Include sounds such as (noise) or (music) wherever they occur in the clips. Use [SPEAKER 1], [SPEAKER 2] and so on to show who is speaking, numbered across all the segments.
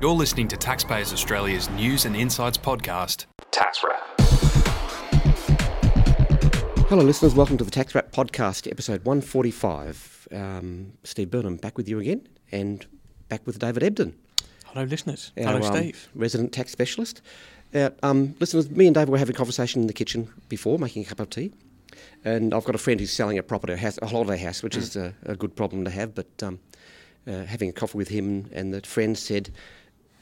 [SPEAKER 1] You're listening to Taxpayers Australia's News and Insights podcast.
[SPEAKER 2] Tax Wrap.
[SPEAKER 3] Hello, listeners. Welcome to the Tax Wrap Podcast, episode 145. Um, Steve Burnham back with you again and back with David Ebden,
[SPEAKER 4] Hello, listeners.
[SPEAKER 3] our,
[SPEAKER 4] Hello,
[SPEAKER 3] um,
[SPEAKER 4] Steve.
[SPEAKER 3] resident tax specialist. Uh, um, listeners, me and David were having a conversation in the kitchen before, making a cup of tea. And I've got a friend who's selling a property, a, house, a holiday house, which is
[SPEAKER 4] Mm.
[SPEAKER 3] a, a good problem to have. But um, uh, having a coffee with him, and the friend said,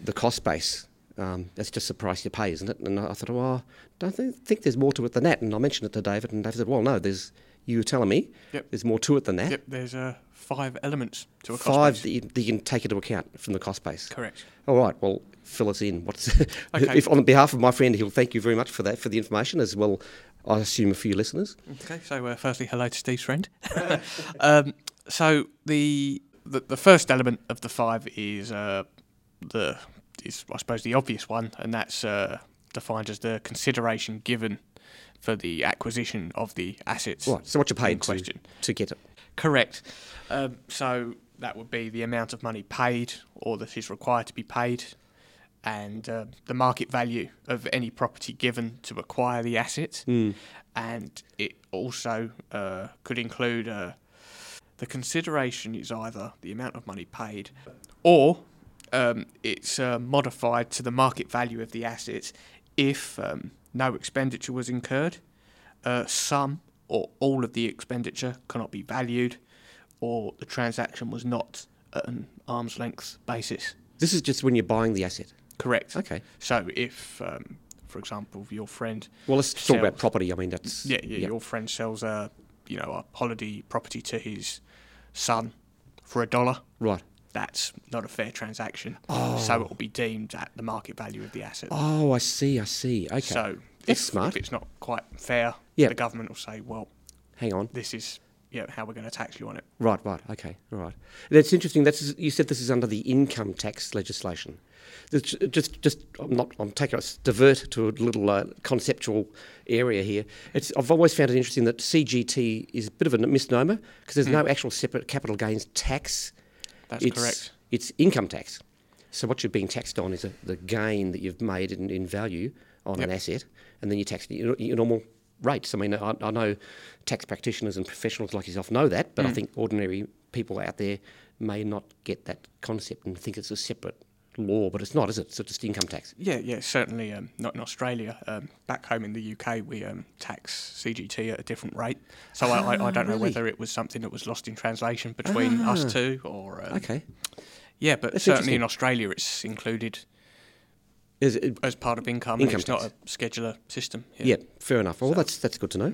[SPEAKER 3] the cost base. Um, that's just the price you pay, isn't it? And I thought, well, I don't thi- think there's more to it than that. And I mentioned it to David, and David said, well, no, there's you were telling me
[SPEAKER 4] Yep.
[SPEAKER 3] there's more to it than that.
[SPEAKER 4] Yep, there's uh, five elements to a cost
[SPEAKER 3] Five
[SPEAKER 4] base.
[SPEAKER 3] that you, that you can take into account from the cost base.
[SPEAKER 4] Correct.
[SPEAKER 3] All right. Well, fill us in. What's (laughs)
[SPEAKER 4] Okay.
[SPEAKER 3] if on behalf of my friend, he'll thank you very much for that for the information as well. I assume a few listeners.
[SPEAKER 4] Okay, so uh, firstly, hello to Steve's friend. (laughs) um, so the, the the first element of the five is uh, the is I suppose the obvious one, and that's uh, defined as the consideration given for the acquisition of the assets.
[SPEAKER 3] Right. So what you
[SPEAKER 4] in
[SPEAKER 3] paid to,
[SPEAKER 4] question.
[SPEAKER 3] to get it?
[SPEAKER 4] Correct. Um, so that would be the amount of money paid or that is required to be paid and uh, the market value of any property given to acquire the asset. And it also uh, could include uh, the consideration is either the amount of money paid or um, it's uh, modified to the market value of the asset if um, no expenditure was incurred, uh, some or all of the expenditure cannot be valued, or the transaction was not at an arm's length basis.
[SPEAKER 3] This is just when you're buying the asset.
[SPEAKER 4] Correct.
[SPEAKER 3] Okay.
[SPEAKER 4] So if, um, for example, your friend,
[SPEAKER 3] Well, let's talk about
[SPEAKER 4] Sales.
[SPEAKER 3] property. I mean, that's
[SPEAKER 4] yeah, yeah, your friend sells a, you know, a holiday property to his son for a dollar,
[SPEAKER 3] right.
[SPEAKER 4] that's not a fair transaction. So it will be deemed at the market value of the asset.
[SPEAKER 3] Oh, I see. I see. Okay.
[SPEAKER 4] So
[SPEAKER 3] That's
[SPEAKER 4] if,
[SPEAKER 3] smart.
[SPEAKER 4] if it's not quite fair,
[SPEAKER 3] Yeah.
[SPEAKER 4] the government will say, well,
[SPEAKER 3] Hang on.
[SPEAKER 4] this is you know, how we're going to tax you on it.
[SPEAKER 3] Right, right, okay, all right. That's interesting. That's you said this is under the income tax legislation. This- Just, just, I'm not. I'm taking us divert to a little uh, conceptual area here. It's, I've always found it interesting that CGT is a bit of a misnomer because there's no actual separate capital gains tax.
[SPEAKER 4] Hmm. That's
[SPEAKER 3] it's,
[SPEAKER 4] correct.
[SPEAKER 3] It's income tax. So what you're being taxed on is a, the gain that you've made in, in value on an
[SPEAKER 4] Yep.
[SPEAKER 3] asset, and then you tax at your, your normal rates. I mean, I, I know tax practitioners and professionals like yourself know that,
[SPEAKER 4] Mm.
[SPEAKER 3] but I think ordinary people out there may not get that concept and think it's a separate law, but it's not, is it? It's just income tax.
[SPEAKER 4] Yeah, yeah, certainly um, not in Australia. Um, back home in the UK, we um, tax CGT at a different rate. So I, I, I don't know
[SPEAKER 3] Ah, really? Ah.
[SPEAKER 4] whether it was something that was lost in translation between us two or. Um,
[SPEAKER 3] Okay.
[SPEAKER 4] Yeah, but
[SPEAKER 3] That's interesting.
[SPEAKER 4] certainly in Australia, it's included
[SPEAKER 3] Is it,
[SPEAKER 4] as part of income.
[SPEAKER 3] Income
[SPEAKER 4] and it's not
[SPEAKER 3] tax.
[SPEAKER 4] a scheduler system.
[SPEAKER 3] yeah, fair enough. Well, that's that's good to know.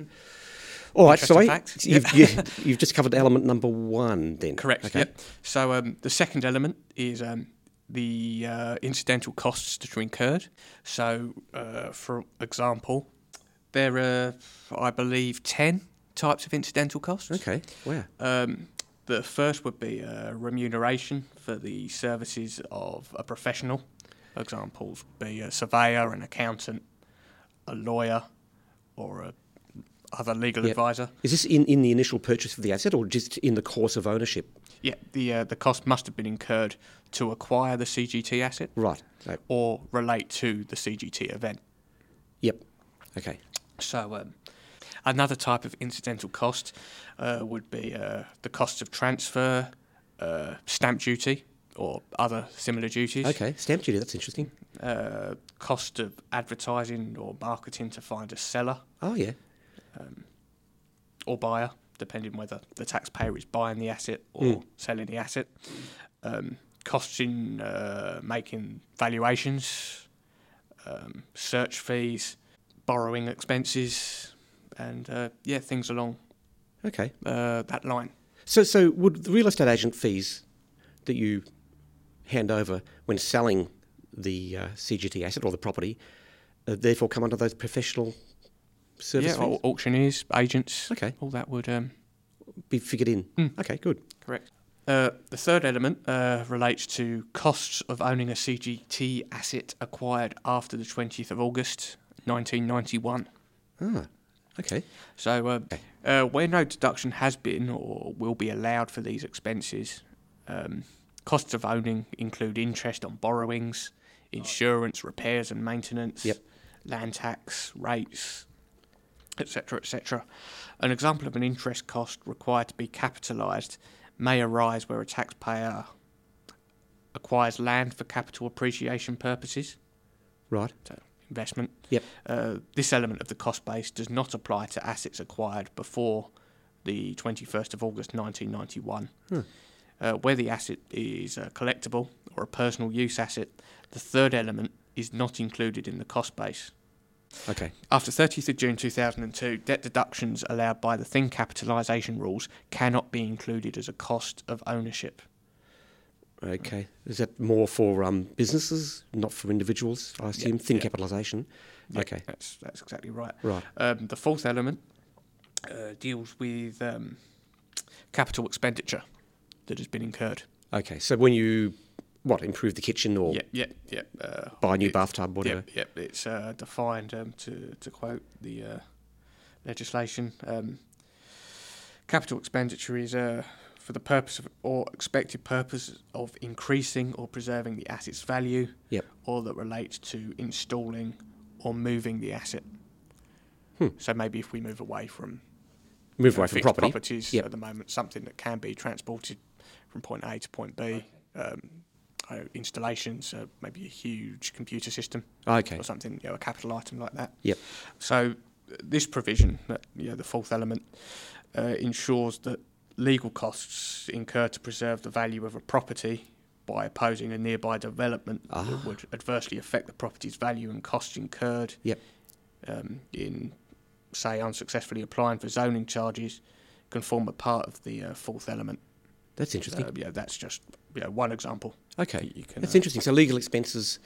[SPEAKER 3] All right,
[SPEAKER 4] Interesting
[SPEAKER 3] sorry.
[SPEAKER 4] fact.
[SPEAKER 3] You've, (laughs) you, you've just covered element number one then.
[SPEAKER 4] Correct.
[SPEAKER 3] Okay.
[SPEAKER 4] Yep. So um, the second element is um, the uh, incidental costs that are incurred. So, uh, for example, there are, I believe, ten types of incidental costs.
[SPEAKER 3] Okay. Wow.
[SPEAKER 4] Um, the first would be uh, remuneration for the services of a professional. Examples would be a surveyor, an accountant, a lawyer, or a other legal
[SPEAKER 3] Yep.
[SPEAKER 4] advisor.
[SPEAKER 3] Is this in, in the initial purchase of the asset or just in the course of ownership?
[SPEAKER 4] Yeah, the uh, the cost must have been incurred to acquire the CGT asset
[SPEAKER 3] Right. So,
[SPEAKER 4] or relate to the CGT event.
[SPEAKER 3] yep. Okay.
[SPEAKER 4] So, um, another type of incidental cost uh, would be uh, the cost of transfer, uh, stamp duty, or other similar duties.
[SPEAKER 3] Okay. Stamp duty, that's interesting.
[SPEAKER 4] Uh, cost of advertising or marketing to find a seller
[SPEAKER 3] Oh, yeah.
[SPEAKER 4] or buyer, depending whether the taxpayer is buying the asset or
[SPEAKER 3] Hmm.
[SPEAKER 4] selling the asset. Um, costs in uh, making valuations, um, search fees, borrowing expenses, and uh, yeah, things along
[SPEAKER 3] Okay.
[SPEAKER 4] uh, that line.
[SPEAKER 3] So, so would the real estate agent fees that you hand over when selling the uh, CGT asset or the property uh, therefore come under those professional service
[SPEAKER 4] yeah, au-
[SPEAKER 3] fees?
[SPEAKER 4] auctioneers, agents,
[SPEAKER 3] Okay.
[SPEAKER 4] all that would um,
[SPEAKER 3] Be figured in.
[SPEAKER 4] Hmm.
[SPEAKER 3] Okay, good.
[SPEAKER 4] Correct. Uh, the third element uh, relates to costs of owning a CGT asset acquired after the 20th of August 1991.
[SPEAKER 3] Ah, okay.
[SPEAKER 4] So, uh, uh, where no deduction has been or will be allowed for these expenses, um, Costs of owning include interest on borrowings, insurance, repairs and maintenance,
[SPEAKER 3] Yep.
[SPEAKER 4] land tax, rates, etc., etc. An example of an interest cost required to be capitalised may arise where a taxpayer acquires land for capital appreciation purposes,
[SPEAKER 3] Right.
[SPEAKER 4] so investment.
[SPEAKER 3] Yep.
[SPEAKER 4] Uh, this element of the cost base does not apply to assets acquired before the 21st of August 1991.
[SPEAKER 3] Hmm.
[SPEAKER 4] Uh, where the asset is a collectible or a personal use asset, the third element is not included in the cost base.
[SPEAKER 3] Okay.
[SPEAKER 4] After 30th of June 2002, debt deductions allowed by the thin capitalisation rules cannot be included as a cost of ownership.
[SPEAKER 3] Okay. Is that more for um, businesses, not for individuals? I assume thin
[SPEAKER 4] yeah.
[SPEAKER 3] capitalisation. Okay.
[SPEAKER 4] That's, that's exactly right.
[SPEAKER 3] Right.
[SPEAKER 4] Um, the fourth element uh, deals with um, capital expenditure that has been incurred.
[SPEAKER 3] Okay. So when you what improve the kitchen or
[SPEAKER 4] Yep, yep, yep. Uh,
[SPEAKER 3] Oh. buy a new
[SPEAKER 4] it-
[SPEAKER 3] bathtub, whatever.
[SPEAKER 4] Yep, yep. It's uh, defined um, to to quote the uh, legislation. Um, capital expenditure is uh, for the purpose of or expected purpose of increasing or preserving the asset's value,
[SPEAKER 3] Yep.
[SPEAKER 4] or that relates to installing or moving the asset.
[SPEAKER 3] Hmm.
[SPEAKER 4] So maybe if we move away from
[SPEAKER 3] Move away
[SPEAKER 4] uh,
[SPEAKER 3] from
[SPEAKER 4] fixed
[SPEAKER 3] property.
[SPEAKER 4] properties
[SPEAKER 3] Yep.
[SPEAKER 4] at the moment, something that can be transported from point A to point B. Um, uh, installations, uh, maybe a huge computer system
[SPEAKER 3] Okay.
[SPEAKER 4] or something, you know, a capital item like that.
[SPEAKER 3] Yep.
[SPEAKER 4] So uh, this provision, that, you know, the fourth element, uh, ensures that legal costs incurred to preserve the value of a property by opposing a nearby development
[SPEAKER 3] Ah.
[SPEAKER 4] that would adversely affect the property's value and costs incurred
[SPEAKER 3] Yep.
[SPEAKER 4] um, in, say, unsuccessfully applying for zoning charges can form a part of the uh, fourth element.
[SPEAKER 3] That's interesting.
[SPEAKER 4] Uh, yeah, that's just you know, one example.
[SPEAKER 3] Okay.
[SPEAKER 4] You- you can,
[SPEAKER 3] That's
[SPEAKER 4] uh,
[SPEAKER 3] interesting. So legal expenses,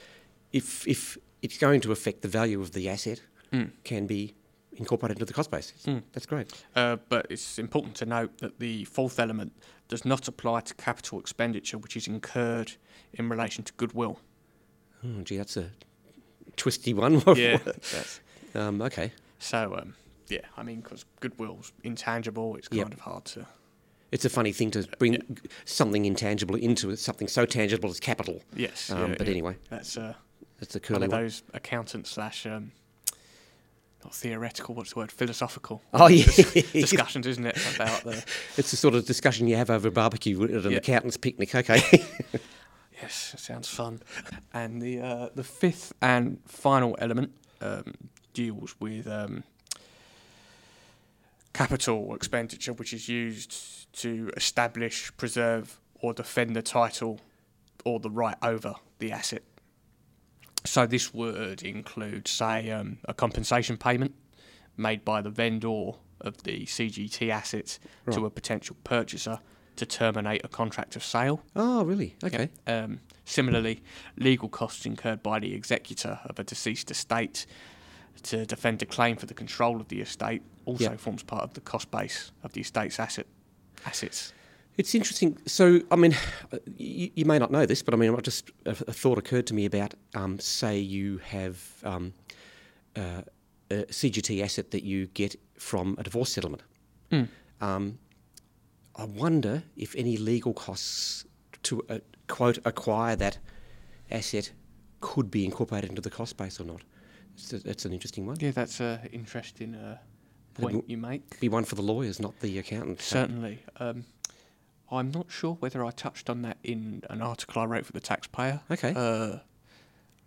[SPEAKER 3] if if it's going to affect the value of the asset,
[SPEAKER 4] Mm.
[SPEAKER 3] can be incorporated into the cost base.
[SPEAKER 4] Mm.
[SPEAKER 3] That's great.
[SPEAKER 4] Uh, but it's important to note that the fourth element does not apply to capital expenditure which is incurred in relation to
[SPEAKER 3] (laughs)
[SPEAKER 4] goodwill.
[SPEAKER 3] Oh, gee, that's a twisty one. (laughs)
[SPEAKER 4] That's-
[SPEAKER 3] um, okay.
[SPEAKER 4] so, um, yeah, I mean, because goodwill's intangible, it's kind
[SPEAKER 3] Yep.
[SPEAKER 4] of hard to.
[SPEAKER 3] It's a funny thing to bring g- something intangible into it, something so tangible as capital.
[SPEAKER 4] Yes.
[SPEAKER 3] Um,
[SPEAKER 4] yeah,
[SPEAKER 3] but
[SPEAKER 4] yeah.
[SPEAKER 3] anyway,
[SPEAKER 4] That's uh,
[SPEAKER 3] that's a curly
[SPEAKER 4] one of
[SPEAKER 3] one.
[SPEAKER 4] those accountant slash. Um, not theoretical, what's the word? Philosophical
[SPEAKER 3] Oh, (laughs) yeah.
[SPEAKER 4] (laughs) discussions, isn't it? About the
[SPEAKER 3] It's the sort of discussion you have over a barbecue at an
[SPEAKER 4] Yeah.
[SPEAKER 3] accountant's picnic. Okay.
[SPEAKER 4] Yes, it sounds fun. (laughs) And the uh, the fifth and final element um, deals with um, capital expenditure, which is used to establish, preserve, or defend the title or the right over the asset. So this would include, say, um, a compensation payment made by the vendor of the CGT assets
[SPEAKER 3] Right.
[SPEAKER 4] to a potential purchaser to terminate a contract of sale.
[SPEAKER 3] oh, really? Okay.
[SPEAKER 4] Um, similarly, legal costs incurred by the executor of a deceased estate to defend a claim for the control of the estate also
[SPEAKER 3] Yep.
[SPEAKER 4] forms part of the cost base of the estate's asset assets.
[SPEAKER 3] It's interesting. So, I mean, uh, you, you may not know this, but I mean, I just a, a thought occurred to me about, um, say, you have um, uh, a CGT asset that you get from a divorce settlement. Um, I wonder if any legal costs to uh, quote acquire that asset could be incorporated into the cost base or not. It's, a, it's an interesting one.
[SPEAKER 4] Yeah, that's an interesting uh, point you make.
[SPEAKER 3] Be one for the lawyers, not the accountant.
[SPEAKER 4] Certainly. Um, I'm not sure whether I touched on that in an article I wrote for the taxpayer.
[SPEAKER 3] Okay.
[SPEAKER 4] Uh,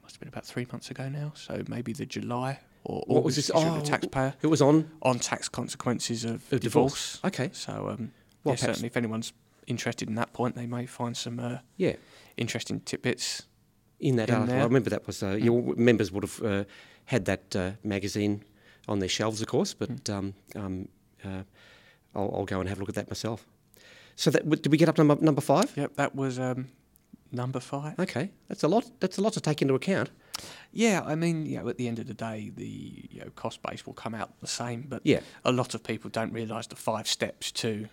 [SPEAKER 4] must have been about three months ago now, so maybe the July or
[SPEAKER 3] what
[SPEAKER 4] August
[SPEAKER 3] was this?
[SPEAKER 4] issue of
[SPEAKER 3] Oh,
[SPEAKER 4] the taxpayer.
[SPEAKER 3] It was on
[SPEAKER 4] on tax consequences of,
[SPEAKER 3] a
[SPEAKER 4] divorce.
[SPEAKER 3] divorce. Okay.
[SPEAKER 4] So, um,
[SPEAKER 3] Well,
[SPEAKER 4] yeah,
[SPEAKER 3] perhaps-
[SPEAKER 4] certainly, if anyone's interested in that point, they may find some uh,
[SPEAKER 3] Yeah.
[SPEAKER 4] interesting tidbits.
[SPEAKER 3] in that
[SPEAKER 4] in
[SPEAKER 3] article. I
[SPEAKER 4] there.
[SPEAKER 3] remember that was uh, your members would have uh, had that uh, magazine on their shelves, of course. But
[SPEAKER 4] Mm.
[SPEAKER 3] um, um, uh, I'll, I'll go and have a look at that myself. So that did we get up to number, number five?
[SPEAKER 4] Yep, that was um, number five.
[SPEAKER 3] Okay, that's a lot. That's a lot to take into account.
[SPEAKER 4] Yeah, I mean, you know, at the end of the day, the you know, cost base will come out the same, but
[SPEAKER 3] Yeah.
[SPEAKER 4] a lot of people don't realise the five steps to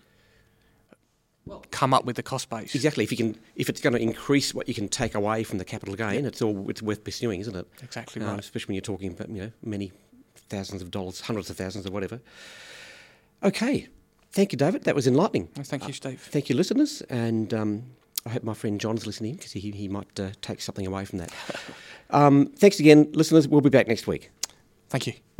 [SPEAKER 4] come up with the cost base.
[SPEAKER 3] Exactly. If you can, if it's going to increase what you can take away from the capital gain, it's all it's worth pursuing, isn't it?
[SPEAKER 4] Exactly
[SPEAKER 3] Um,
[SPEAKER 4] right.
[SPEAKER 3] especially when you're talking about you know many thousands of dollars, hundreds of thousands, or whatever. Okay, thank you, David. That was enlightening.
[SPEAKER 4] Well, Thank you, Steve.
[SPEAKER 3] Thank you, listeners, and um, I hope my friend John's listening because he, he might uh, take something away from that. um, thanks again, listeners. We'll be back next week.
[SPEAKER 4] Thank you.